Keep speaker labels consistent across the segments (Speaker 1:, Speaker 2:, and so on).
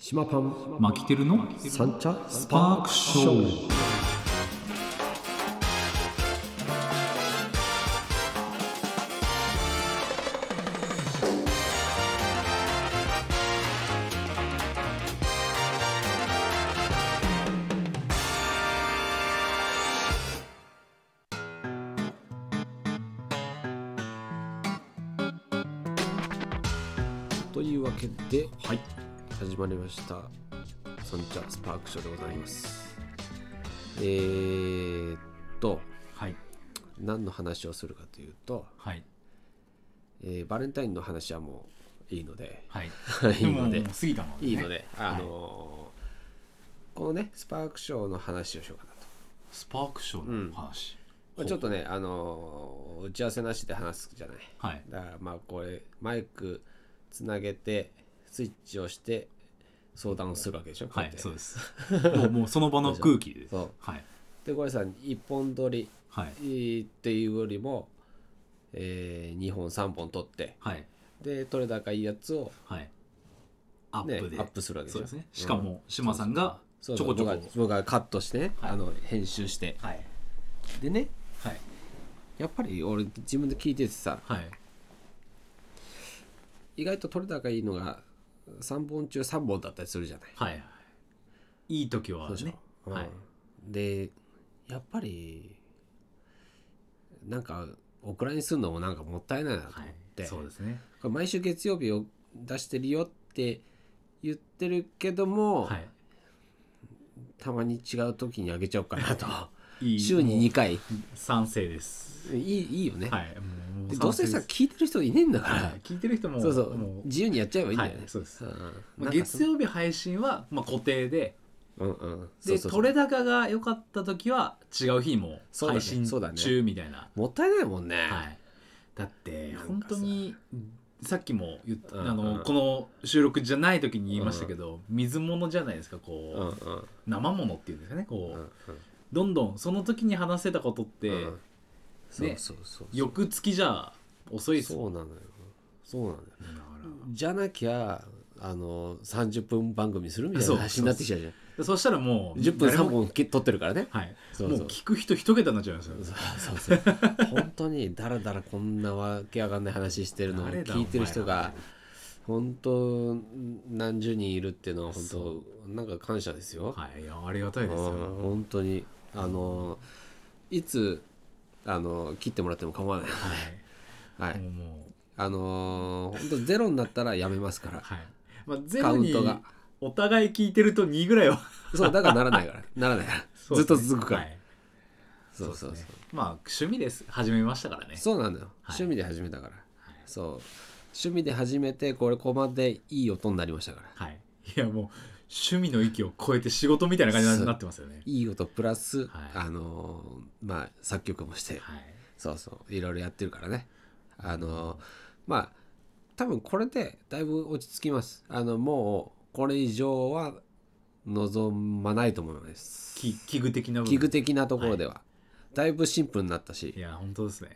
Speaker 1: 島パン
Speaker 2: マキテルの
Speaker 1: 三茶ス
Speaker 2: スパークショー
Speaker 1: というわけで
Speaker 2: はい
Speaker 1: 始まりました三茶スパークショーでございますえー、っと
Speaker 2: はい
Speaker 1: 何の話をするかというと、
Speaker 2: はい
Speaker 1: えーバレンタインの話はもういいので
Speaker 2: はい
Speaker 1: いいので
Speaker 2: もう過ぎたもんね
Speaker 1: いいので、あのーこのねスパークショーの話をしようかなと
Speaker 2: スパークショーの話、
Speaker 1: まあちょっとねあのー打ち合わせなしで話すじゃない
Speaker 2: はい
Speaker 1: だからまあこれマイクつなげてスイッチをして相談をするわけでしょ、こ
Speaker 2: は
Speaker 1: や
Speaker 2: い
Speaker 1: って
Speaker 2: そうですもうもうその場の空気で
Speaker 1: そう
Speaker 2: はい
Speaker 1: でこれさ一本撮り
Speaker 2: はい
Speaker 1: っていうよりも、え2本3本撮って
Speaker 2: はい
Speaker 1: で撮れ高いいやつを
Speaker 2: はいアッ
Speaker 1: ね
Speaker 2: プで、
Speaker 1: アップするわけでしょ
Speaker 2: そうですねしかも島さんがち
Speaker 1: そ
Speaker 2: ょ
Speaker 1: うそう
Speaker 2: こちょこ
Speaker 1: 僕が僕がカットしてね、
Speaker 2: はい
Speaker 1: あの編集して
Speaker 2: はい
Speaker 1: でね
Speaker 2: はい
Speaker 1: やっぱり俺自分で聞いててさ
Speaker 2: はい
Speaker 1: 意外と撮れ高いいのが3本中3本だったりするじゃない
Speaker 2: はいいい時は
Speaker 1: そうでしょ
Speaker 2: ねはい
Speaker 1: でやっぱりなんかオクラにするのもなんかもったいないなと
Speaker 2: は
Speaker 1: 思っ
Speaker 2: い
Speaker 1: て、
Speaker 2: そうですね
Speaker 1: これ毎週月曜日を出してるよって言ってるけども、
Speaker 2: はい
Speaker 1: たまに違う時にあげちゃおうかなと
Speaker 2: いい
Speaker 1: 週に2
Speaker 2: も
Speaker 1: 回いう
Speaker 2: 賛成です
Speaker 1: いいいよね、
Speaker 2: はいも
Speaker 1: でどうせさ
Speaker 2: 賛成です
Speaker 1: 聞いてる人いねえんだから、
Speaker 2: はい聞いてる人も
Speaker 1: そうそう
Speaker 2: もう
Speaker 1: 自由にやっちゃえばいいんだよね、
Speaker 2: はいそうです
Speaker 1: ん
Speaker 2: まあ
Speaker 1: なんかそ
Speaker 2: 月曜日配信はまあ固定で
Speaker 1: うんうんそ
Speaker 2: で
Speaker 1: うそうそう
Speaker 2: 取れ高が良かった時は違う日も
Speaker 1: そうだね
Speaker 2: 配信
Speaker 1: そうだね
Speaker 2: 中みたいな、
Speaker 1: もったいないもんね、
Speaker 2: はい、だって
Speaker 1: なん
Speaker 2: 本
Speaker 1: かさ
Speaker 2: 当にさっきも言った、
Speaker 1: うん
Speaker 2: あ
Speaker 1: う
Speaker 2: の
Speaker 1: ん
Speaker 2: この収録じゃない時に言いましたけど、水物じゃないですかこ
Speaker 1: う
Speaker 2: う、
Speaker 1: んうん
Speaker 2: 生物っていうんですかね
Speaker 1: う
Speaker 2: こう、
Speaker 1: んうん
Speaker 2: どんどんその時に話せたことって、
Speaker 1: うんそうそうそうそう
Speaker 2: 翌月じゃ遅いです
Speaker 1: そうなのよそうなのよ
Speaker 2: だから
Speaker 1: じゃなきゃあの30分番組するみたいな話になってきちゃうじゃん
Speaker 2: でそしたらもう
Speaker 1: 10分3
Speaker 2: 誰も
Speaker 1: 本撮ってるからね
Speaker 2: はい
Speaker 1: そうそう
Speaker 2: もう聞く人一桁になっちゃいますよ
Speaker 1: そうそうそう本当にだらだらこんなわけわかんない話してるのを
Speaker 2: 誰だ
Speaker 1: 聞いてる人
Speaker 2: お前ら
Speaker 1: が本当何十人いるっていうのは本
Speaker 2: そ
Speaker 1: 当なんか感謝ですよ、
Speaker 2: はいいやありがたいです
Speaker 1: うん
Speaker 2: よ
Speaker 1: 本当にあのいつあの切ってもらっても構わない
Speaker 2: は
Speaker 1: はいい
Speaker 2: もうもう
Speaker 1: あの本当ゼロになったらやめますから
Speaker 2: はいまあゼ
Speaker 1: カ
Speaker 2: ロ
Speaker 1: ウン
Speaker 2: に
Speaker 1: トが
Speaker 2: お互い聞いてると2ぐらいは
Speaker 1: そうだからならないからならないから、
Speaker 2: そう
Speaker 1: ず
Speaker 2: で
Speaker 1: っ
Speaker 2: す
Speaker 1: と
Speaker 2: ね
Speaker 1: 続くから、
Speaker 2: はい
Speaker 1: そうそうそう
Speaker 2: ですねまあ趣味です始めましたからね
Speaker 1: そうなんだよ、
Speaker 2: はい
Speaker 1: 趣味で始めたから、そう趣味で始めてこれここまでいい音になりましたから
Speaker 2: はいいやもう趣味の域を超えて仕事みたいな感じになってますよね
Speaker 1: いい音プラス、
Speaker 2: はい
Speaker 1: あのーまあ作曲もして、
Speaker 2: はい
Speaker 1: そうそういろいろやってるからねあのーまあ多分これでだいぶ落ち着きますあのもうこれ以上は望まないと思います
Speaker 2: き器具的な部分
Speaker 1: 器具的なところでは、だいぶシンプルになったし
Speaker 2: い、や本当ですね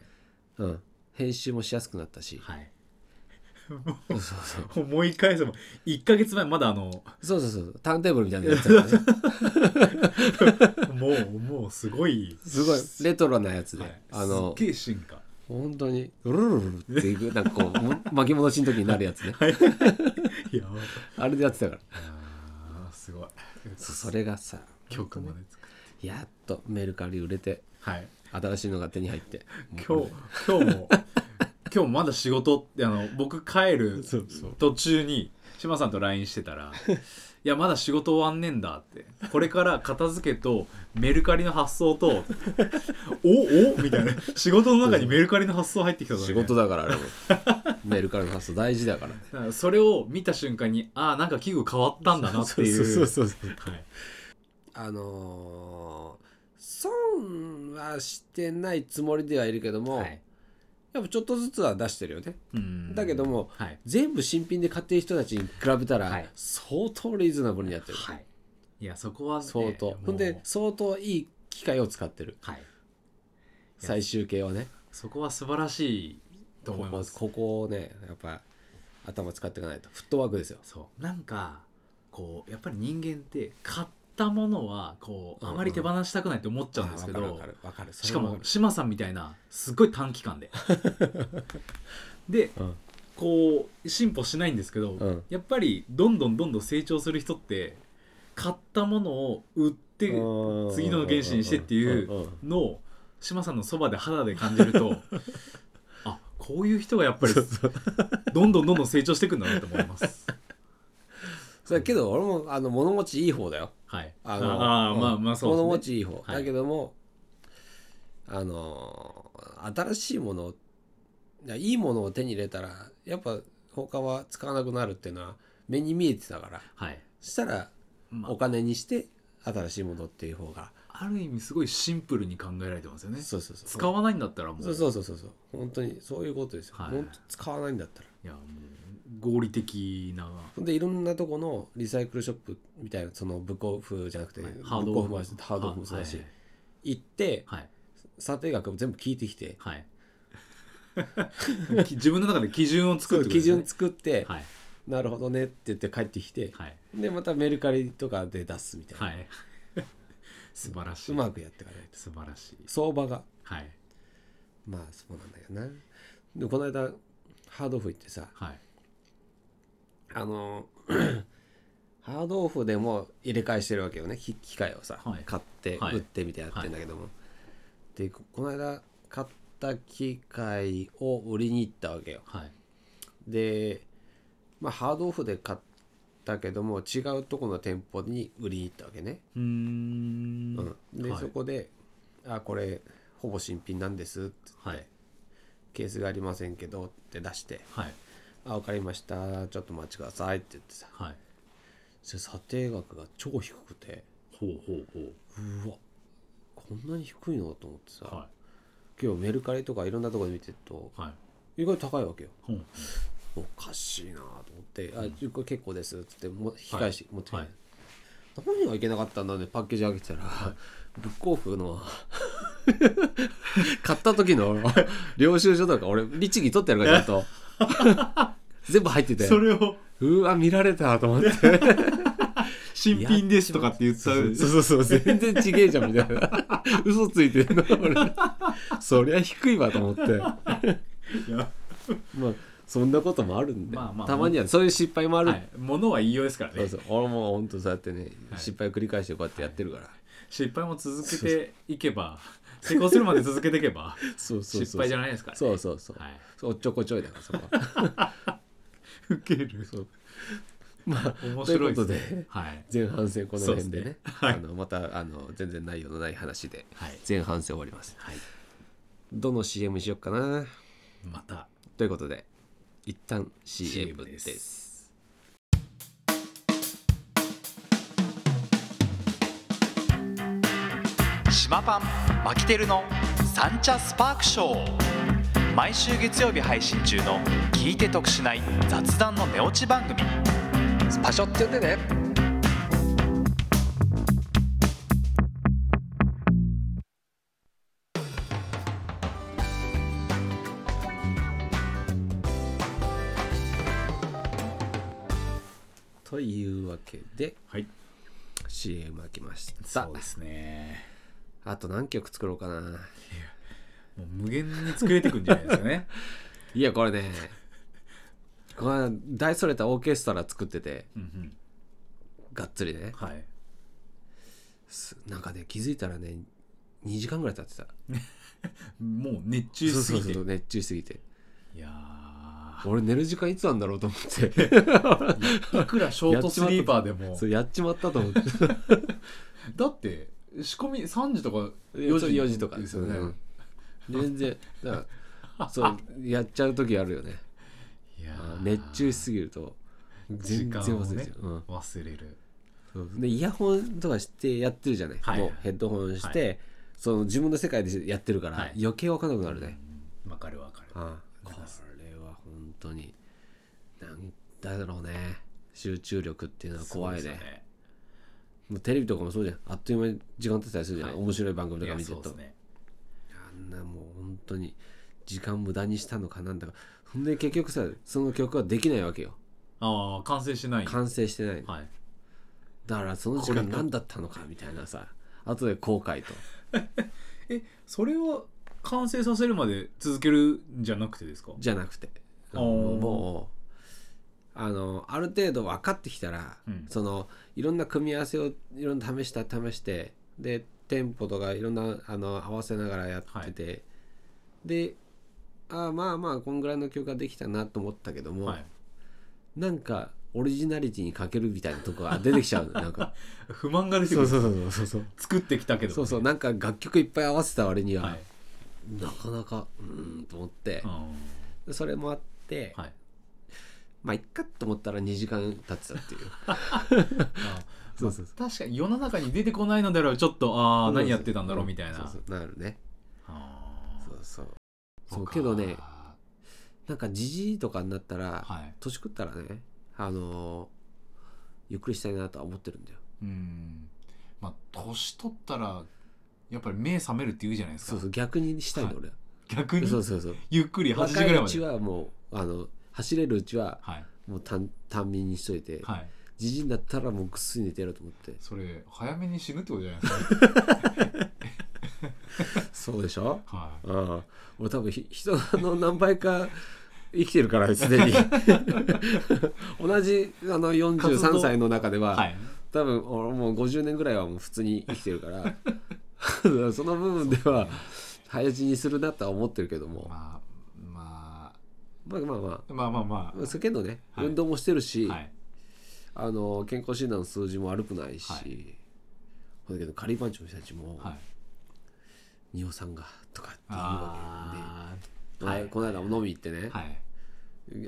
Speaker 1: うん、編集もしやすくなったし、
Speaker 2: はい
Speaker 1: そうそうそう
Speaker 2: 思い返せば1か月前まだあの
Speaker 1: そうそうそうターンテーブルみたいなのやつだからね
Speaker 2: もうもう すごい
Speaker 1: すごいレトロなやつで、
Speaker 2: はい
Speaker 1: あの
Speaker 2: すっげえ進化
Speaker 1: 本当にルルルルルっていうなんかこうも巻き戻しの時になるやつね
Speaker 2: いや
Speaker 1: あれでやってたから
Speaker 2: あーすごい
Speaker 1: そそれがさ
Speaker 2: 曲ま
Speaker 1: も
Speaker 2: で作っ
Speaker 1: やっとメルカリ売れて
Speaker 2: はい
Speaker 1: 新しいのが手に入って
Speaker 2: 今日今日 も今日まだ仕事ってあの僕帰る
Speaker 1: そうそう
Speaker 2: 途中に志麻さんと LINE してたら「いやまだ仕事終わんねえんだ」って「これから片付けとメルカリの発送 とおおみたいな仕事の中にメルカリの発送入ってきたからね
Speaker 1: 仕事だからあれ もメルカリの発想大事だからね
Speaker 2: だからそれを見た瞬間にああんか器具変わったんだなっていう
Speaker 1: そうそう
Speaker 2: はい
Speaker 1: あのー損はしてないつもりではいるけども、
Speaker 2: はい
Speaker 1: やっぱちょっとずつは出してるよね
Speaker 2: うん
Speaker 1: だけども
Speaker 2: はい
Speaker 1: 全部新品で買ってる人たちに比べたら、
Speaker 2: はい
Speaker 1: 相当リーズナブルにやってる、
Speaker 2: はいいやそこは、ね、
Speaker 1: 相当
Speaker 2: もう
Speaker 1: ほんで相当いい機械を使ってる
Speaker 2: はいや
Speaker 1: 最終形はね
Speaker 2: そこは素晴らしいと思います
Speaker 1: ここここをねやっぱ頭使っていかないとフットワークですよ
Speaker 2: そうなんかこうやっぱり人間って買ったものはこうあまり手放したくないって思っちゃうんですけど、
Speaker 1: わかるわかる
Speaker 2: しかも志麻さんみたいなすごい短期 間でで
Speaker 1: うん
Speaker 2: こう進歩しないんですけど、
Speaker 1: うん
Speaker 2: やっぱりどんどんどんどん成長する人って買ったものを売って次の原始にしてっていうのを志麻さんのそばで肌で感じる とあこういう人がやっぱりどんどんどんどん成長していくんだなと思います。
Speaker 1: それけど俺もあの物持ちいい方だよ
Speaker 2: はい、
Speaker 1: あの
Speaker 2: ああ
Speaker 1: うん
Speaker 2: まあまあそうです
Speaker 1: 物
Speaker 2: ね
Speaker 1: 持ちいい方、
Speaker 2: はい
Speaker 1: だけどもあの新しいものいやいいものを手に入れたらやっぱ他は使わなくなるっていうのは目に見えてたから
Speaker 2: はい
Speaker 1: そしたら
Speaker 2: ま
Speaker 1: お金にして新しいものっていう方が、
Speaker 2: あ、ある意味すごいシンプルに考えられてますよね
Speaker 1: そうそうそう
Speaker 2: 使わないんだったらもう
Speaker 1: そうそうそうそうそう本当にそういうことですよ、
Speaker 2: はい
Speaker 1: 本当使わないんだったら
Speaker 2: いやもう合理的な
Speaker 1: ほんでいろんなとこのリサイクルショップみたいなそのブックオフじゃなくて、ブ
Speaker 2: ハー
Speaker 1: ッ
Speaker 2: ド
Speaker 1: クオ
Speaker 2: オ
Speaker 1: フ
Speaker 2: フ
Speaker 1: もあるしハードオフもそうだし、
Speaker 2: はい
Speaker 1: 行って
Speaker 2: はい、
Speaker 1: 査定額を全部聞いてきて
Speaker 2: はいはい 自分の中で基準を作るってこと
Speaker 1: 基
Speaker 2: ですね
Speaker 1: 準作って、
Speaker 2: はい
Speaker 1: なるほどねって言って帰ってきて、
Speaker 2: はい
Speaker 1: でまたメルカリとかで出すみたいな、
Speaker 2: はい 素晴らしいう
Speaker 1: まくやっていかないと
Speaker 2: 素晴らしい
Speaker 1: 相場が
Speaker 2: はい
Speaker 1: まあそうなんだけどなでこの間ハードオフ行ってさ
Speaker 2: はい
Speaker 1: あの ーハードオフでも入れ替えしてるわけよねき機械をさ、
Speaker 2: はい
Speaker 1: 買って、
Speaker 2: はい
Speaker 1: 売ってみたいなやってんだけども、でここの間買った機械を売りに行ったわけよ
Speaker 2: はい
Speaker 1: でまあハードオフで買ったけども違うとこの店舗に売りに行ったわけね、
Speaker 2: うーん
Speaker 1: うん、で、
Speaker 2: はい
Speaker 1: そこで「あこれほぼ新品なんです」って
Speaker 2: はい
Speaker 1: ケースがありませんけど」って出して
Speaker 2: はい
Speaker 1: 「あ分かりましたちょっとお待ちください」って言ってさ
Speaker 2: はい
Speaker 1: そしたら査定額が超低くて
Speaker 2: ほうほうほう
Speaker 1: うわこんなに低いのと思ってさ、
Speaker 2: は
Speaker 1: 今日メルカリとかいろんなとこで見てると
Speaker 2: いはい
Speaker 1: 意外と高いわけよ
Speaker 2: ほう
Speaker 1: おかしいなと思って「あこれ結構です」っつっても引き返して、持ってきて、
Speaker 2: はい
Speaker 1: 何がいけなかったんだねパッケージ開けてたら、ブックオフの 買った時の領収書とか俺律儀取ってやるからちゃんと 全部入ってて
Speaker 2: それを
Speaker 1: うわ見られたと思って
Speaker 2: 新品ですとかって言っちゃ
Speaker 1: そう
Speaker 2: う
Speaker 1: そうそう全然ちげえじゃんみたい な嘘ついてるの俺そりゃ低いわと思って
Speaker 2: いや
Speaker 1: まあそんなこともあるんで、
Speaker 2: まあまあ
Speaker 1: たまにはそういう失敗もある、
Speaker 2: はい物は言いようですから
Speaker 1: そう
Speaker 2: ね
Speaker 1: そう俺も本当そうやってね、
Speaker 2: はい
Speaker 1: 失敗を繰り返してこうやってやってるから、
Speaker 2: 失敗も続けていけば成功するまで続けていけば
Speaker 1: そうそうそう
Speaker 2: 失敗じゃないですからね
Speaker 1: そうそうそう、
Speaker 2: はい
Speaker 1: そうおっちょこちょいだからそこは
Speaker 2: 受けるそう
Speaker 1: まあ
Speaker 2: 面白い
Speaker 1: と
Speaker 2: で
Speaker 1: いう
Speaker 2: す
Speaker 1: こと
Speaker 2: ね
Speaker 1: で
Speaker 2: はい
Speaker 1: 前半戦この辺でね
Speaker 2: そうですねはい
Speaker 1: あのまたあの全然内容のない話で
Speaker 2: はい
Speaker 1: 前半戦終わります
Speaker 2: はい
Speaker 1: どの CM しよっかな
Speaker 2: また
Speaker 1: ということで一旦 CM
Speaker 2: CM
Speaker 1: で
Speaker 2: ですす
Speaker 3: 島パンマキテルのサンチャスパークショー毎週月曜日配信中の聞いて得しない雑談の寝落ち番組スパショって言ってね
Speaker 1: というわけで
Speaker 2: はい
Speaker 1: CM 開きました
Speaker 2: そうですね
Speaker 1: あと何曲作ろうかな
Speaker 2: もう無限に作れていくんじゃないです かね
Speaker 1: いやこれね この間大それたオーケストラ作ってて
Speaker 2: うんうん
Speaker 1: がっつりね
Speaker 2: はい
Speaker 1: すなんかね気づいたらね2時間ぐらい経ってた
Speaker 2: もう熱中しすぎて
Speaker 1: そうそうそう熱中しすぎて
Speaker 2: いやー
Speaker 1: 俺寝る時間いつなんだろうと思って
Speaker 2: いくらショートスリーパーでも
Speaker 1: そうやっちまったと 思って
Speaker 2: だって仕込み3時とか
Speaker 1: 4
Speaker 2: 4
Speaker 1: 時
Speaker 2: 時
Speaker 1: 4時とか
Speaker 2: ですよね、
Speaker 1: うん全然だからそうやっちゃう時あるよね
Speaker 2: いやー
Speaker 1: 熱中しすぎると
Speaker 2: 時
Speaker 1: 全然
Speaker 2: 間を
Speaker 1: 忘れ
Speaker 2: ね
Speaker 1: ちゃう、うん
Speaker 2: 忘れる
Speaker 1: そうでイヤホンとかしてやってるじゃない、
Speaker 2: はい
Speaker 1: もうヘッドホンして、その自分の世界でやってるから、
Speaker 2: はい
Speaker 1: 余計分かんなくなるね、
Speaker 2: うんわかるわかる
Speaker 1: あこれは本当になんだろうね集中力っていうのは怖い
Speaker 2: そう
Speaker 1: ね
Speaker 2: ですよね
Speaker 1: もうテレビとかもそうじゃんあっという間に時間経ってたりするじゃん、
Speaker 2: はい
Speaker 1: 面白い番組
Speaker 2: い
Speaker 1: とか
Speaker 2: や
Speaker 1: 見て
Speaker 2: そ
Speaker 1: る
Speaker 2: う
Speaker 1: と、
Speaker 2: ですね
Speaker 1: あんなもう本当に時間無駄にしたのかなんだかほんで結局さその曲はできないわけよ
Speaker 2: ああ完成しない
Speaker 1: 完成してないの、
Speaker 2: はい
Speaker 1: だからその時
Speaker 2: これ
Speaker 1: 間
Speaker 2: が
Speaker 1: 何だったのかみたいなさ後で後悔と
Speaker 2: えそれは完成させるまで続けるんじゃなくてですか
Speaker 1: じゃなくて
Speaker 2: お
Speaker 1: あ
Speaker 2: ー
Speaker 1: のもうあのある程度分かってきたら、
Speaker 2: うん
Speaker 1: そのいろんな組み合わせをいろんな試した試してでテンポとかいろんなあの合わせながらやってて、であーまあまあこんぐらいの曲ができたなと思ったけども、
Speaker 2: はい、
Speaker 1: なんかオリジナリティに欠けるみたいなとこが出てきちゃうのなんか
Speaker 2: 不満が出てくる
Speaker 1: うそうそうそう
Speaker 2: 作ってきたけ ど
Speaker 1: そうそうなんか楽曲いっぱい合わせた割には、
Speaker 2: はい、
Speaker 1: なかなかうーんと思って
Speaker 2: う、ん
Speaker 1: でそれもあって、
Speaker 2: はい、
Speaker 1: まあいっかと思ったら2時間経ってたって いう
Speaker 2: あ
Speaker 1: そうそう
Speaker 2: 確かに世の中に出てこないのであればちょっとああ何やってたんだろうみたい
Speaker 1: そ
Speaker 2: な
Speaker 1: そうなるね
Speaker 2: あー
Speaker 1: そうそう
Speaker 2: そ
Speaker 1: そうう
Speaker 2: か
Speaker 1: けどねなんかじじいとかになったら、
Speaker 2: はい
Speaker 1: 年食ったらねあのーゆっくりしたいなとは思ってるんだよ
Speaker 2: うんまあ年取ったらやっぱり目覚めるって言うじゃないですか
Speaker 1: そうそう逆にしたいの、
Speaker 2: はい
Speaker 1: 俺は
Speaker 2: 逆に
Speaker 1: そうそう そう
Speaker 2: ゆっくり8
Speaker 1: 若
Speaker 2: 時ぐら
Speaker 1: い
Speaker 2: いま
Speaker 1: うち
Speaker 2: で
Speaker 1: はもうあの走れるうちは
Speaker 2: はい
Speaker 1: もう単単眠にしといて
Speaker 2: はい
Speaker 1: じじいになったらもうぐっすり寝てやろうと思って
Speaker 2: それ早めに死ぬってことじゃないですか
Speaker 1: そうでしょ
Speaker 2: は
Speaker 1: ああ俺多分ひ人の何倍か生きてる からすでに同じあの
Speaker 2: 活動
Speaker 1: 43歳の中で
Speaker 2: い
Speaker 1: は、
Speaker 2: はい
Speaker 1: 多分俺もう50年ぐらいはもう普通に生きてるから その部分では早死にするなとは思ってるけども
Speaker 2: まあま
Speaker 1: まあまあま
Speaker 2: あまあまあま
Speaker 1: あそうけどね、
Speaker 2: はい
Speaker 1: 運動もしてるし、
Speaker 2: あはい
Speaker 1: あの健康診断の数字も悪くないし、
Speaker 2: は
Speaker 1: だけど仮番長の人たちも
Speaker 2: はい
Speaker 1: 「尿酸が」とかっていうわけで。
Speaker 2: ああ
Speaker 1: はい、この間も飲み行ってね、
Speaker 2: はい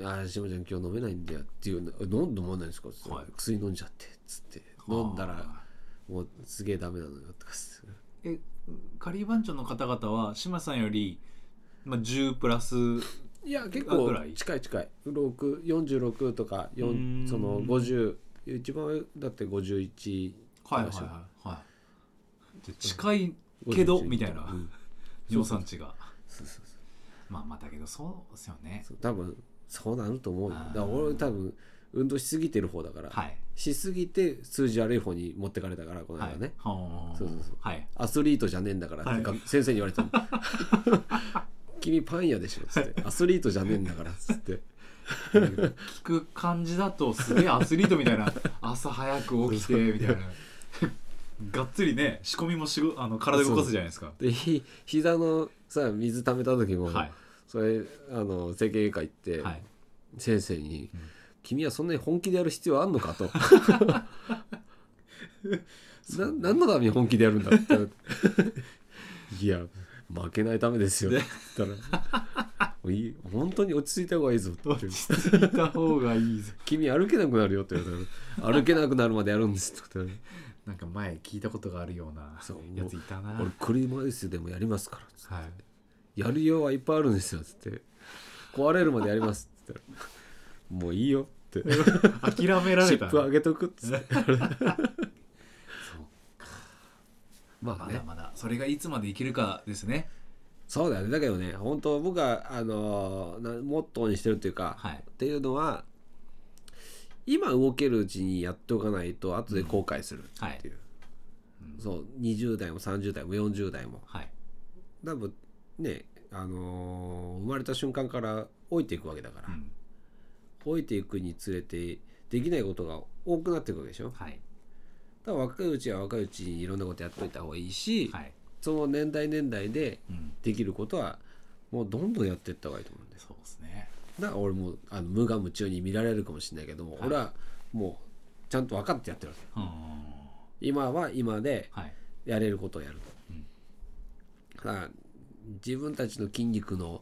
Speaker 1: ああ、しもちゃん今日飲めないんだよっていうの飲んでも飲まないんですか?」っつって、
Speaker 2: はい
Speaker 1: 薬飲んじゃって」っつって飲んだらもうすげえダメなのよとかっつって
Speaker 2: えカリー番長の方々は島さんより、まあ、10プラス
Speaker 1: いや結
Speaker 2: あぐ
Speaker 1: 構
Speaker 2: らい
Speaker 1: 近い近い6 46とか
Speaker 2: うー
Speaker 1: 4
Speaker 2: ん
Speaker 1: その50一番上だって51
Speaker 2: はいはいはい、はい、じゃあ近いけど
Speaker 1: 51
Speaker 2: みたいな
Speaker 1: うん
Speaker 2: 尿酸値が
Speaker 1: そうそうそう
Speaker 2: まあまあだけどそうですよね
Speaker 1: そう多分そうなると思うよ
Speaker 2: あー
Speaker 1: だから俺多分運動しすぎてる方だから、
Speaker 2: はい
Speaker 1: しすぎて数字悪い方に持ってかれたからこの
Speaker 2: は
Speaker 1: 間
Speaker 2: い
Speaker 1: ね、
Speaker 2: はあ
Speaker 1: そうそうそう
Speaker 2: はい
Speaker 1: アスリートじゃねえんだから、
Speaker 2: は
Speaker 1: な
Speaker 2: い
Speaker 1: んか先生に言われたの 君パン屋でしょ」つって「アスリートじゃねえんだから」つって
Speaker 2: 聞く感じだとすげえアスリートみたい な朝早く起きてみたいな がっつりね仕込みもしごあの体動かすじゃないですか
Speaker 1: でひ膝のさ水溜めた時も、
Speaker 2: はい
Speaker 1: それあの整形外科行って、
Speaker 2: はい
Speaker 1: 先生に、
Speaker 2: うん
Speaker 1: 君はそんなに本気でやる必要あんのか?」と な何のために本気でやるんだ?」って言 われていや負けないためですよ」って言ったら「もういい本当に落ち着いた方がいいぞ」って言って
Speaker 2: 落。ち着いた方がいいぞ
Speaker 1: 君歩けなくなるよって言われたら歩けなくなるまでやるんですって言われ
Speaker 2: なんか前聞いたことがあるような
Speaker 1: そう
Speaker 2: やついたな
Speaker 1: たら俺車椅子でもやりますから
Speaker 2: はい
Speaker 1: やる用はいっぱいあるんですよっつって壊れるまでやりますって言ったらもういいよって
Speaker 2: 諦めら
Speaker 1: チ
Speaker 2: れた
Speaker 1: ップ上げとくっつって
Speaker 2: そう
Speaker 1: まあ
Speaker 2: ま
Speaker 1: ね
Speaker 2: だまだそれがいつまで生きるかですね
Speaker 1: そうだよねだけどね本当僕はあのーなモットーにしてるっていうか、
Speaker 2: はい
Speaker 1: っていうのは今動けるうちにやっておかないと後で後悔するっていう、そう20代も30代も40代も
Speaker 2: はい
Speaker 1: 多分ねあのー生まれた瞬間から老いていくわけだから、
Speaker 2: うん
Speaker 1: 老いていくにつれてできないことが多くなっていくわけでしょ
Speaker 2: はい
Speaker 1: だから若いうちは若いうちにいろんなことやっといた方がいいし、
Speaker 2: はい
Speaker 1: その年代年代で
Speaker 2: うん
Speaker 1: できることはもうどんどんやっていった方がいいと思うんです
Speaker 2: そうですね
Speaker 1: だから俺もあの無我夢中に見られるかもしれないけども、
Speaker 2: はい
Speaker 1: 俺はもうちゃんと分かってやってるわけ
Speaker 2: うん
Speaker 1: 今は今で
Speaker 2: はい
Speaker 1: やれることをやる
Speaker 2: うん
Speaker 1: と、だから自分たちの筋肉の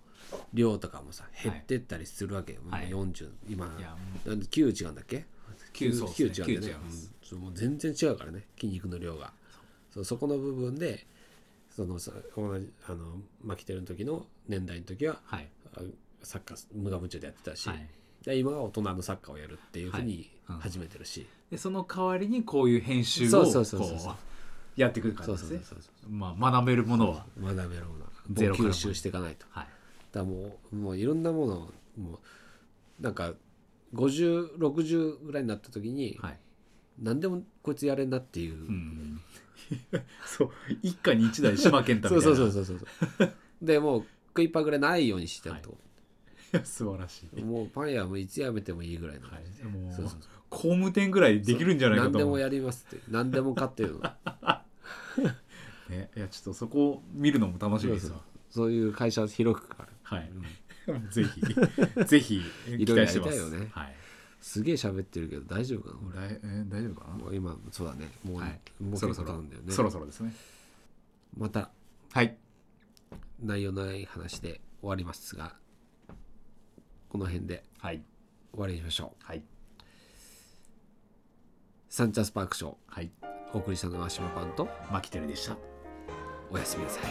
Speaker 1: 量とかもさ減ってったりするわけよ、
Speaker 2: はい
Speaker 1: もう40今
Speaker 2: いやも
Speaker 1: なんで9違うんだっけ
Speaker 2: 9そうですね
Speaker 1: 9違うんだ
Speaker 2: 9違い
Speaker 1: よね
Speaker 2: ま、す
Speaker 1: うんそうもう全然違うからね筋肉の量がそうそこの部分でそのさ同じあの巻き手の時の年代の時は
Speaker 2: はい
Speaker 1: あサッカー無我夢中でやってたし、
Speaker 2: はい
Speaker 1: で今は大人のサッカーをやるっていうふうに
Speaker 2: はいうん
Speaker 1: 始めてるし、
Speaker 2: でその代わりにこういう編集
Speaker 1: そ
Speaker 2: を
Speaker 1: う
Speaker 2: こ
Speaker 1: そうそうそうそう
Speaker 2: うやってくる感
Speaker 1: そう
Speaker 2: じ
Speaker 1: そ
Speaker 2: で
Speaker 1: う
Speaker 2: す
Speaker 1: そう
Speaker 2: ね
Speaker 1: そう
Speaker 2: まあ学べるものは
Speaker 1: 学べるものは
Speaker 2: ゼロから
Speaker 1: 吸収していかないと
Speaker 2: はい
Speaker 1: だからもうもういろんなものをもうなんか5060ぐらいになった時に、
Speaker 2: はい
Speaker 1: 何でもこいつやれんなっていう、
Speaker 2: うん、 そう一家に一台島健太
Speaker 1: そ
Speaker 2: み
Speaker 1: う
Speaker 2: たい
Speaker 1: そう
Speaker 2: な
Speaker 1: そうそうそうでもう食いパグれないようにしてると、
Speaker 2: いや 素晴らしい、
Speaker 1: もうパン屋はもういつやめてもいいぐらいの、
Speaker 2: はい、もう
Speaker 1: そうそうそう
Speaker 2: 工務店ぐらいできるんじゃないか
Speaker 1: 何
Speaker 2: と
Speaker 1: で
Speaker 2: 思
Speaker 1: も
Speaker 2: う
Speaker 1: やりますって何でも買ってるの
Speaker 2: ね、いやちょっとそこを見るのも楽しみですわ
Speaker 1: そういう会社は広くから
Speaker 2: はい、 ぜひぜ
Speaker 1: い
Speaker 2: ひ期
Speaker 1: ろいろ
Speaker 2: 待
Speaker 1: や
Speaker 2: して
Speaker 1: り
Speaker 2: ま
Speaker 1: た
Speaker 2: す
Speaker 1: いよね
Speaker 2: はい、
Speaker 1: すげえ喋ってるけど大丈夫かな
Speaker 2: もう来えー大丈夫かな
Speaker 1: 俺もう今そうだねもう,、
Speaker 2: はい
Speaker 1: もう
Speaker 2: そろ
Speaker 1: 結
Speaker 2: そ
Speaker 1: 構
Speaker 2: ろ
Speaker 1: 経つんだよね
Speaker 2: そろそろですね
Speaker 1: また
Speaker 2: はい
Speaker 1: 内容のない話で終わりますがこの辺で
Speaker 2: はい
Speaker 1: 終わりにしましょう
Speaker 2: はい
Speaker 1: サンチャスパークショー
Speaker 2: はい
Speaker 1: お送りしたのは島パンと
Speaker 2: マキテルでした
Speaker 1: おやすみなさい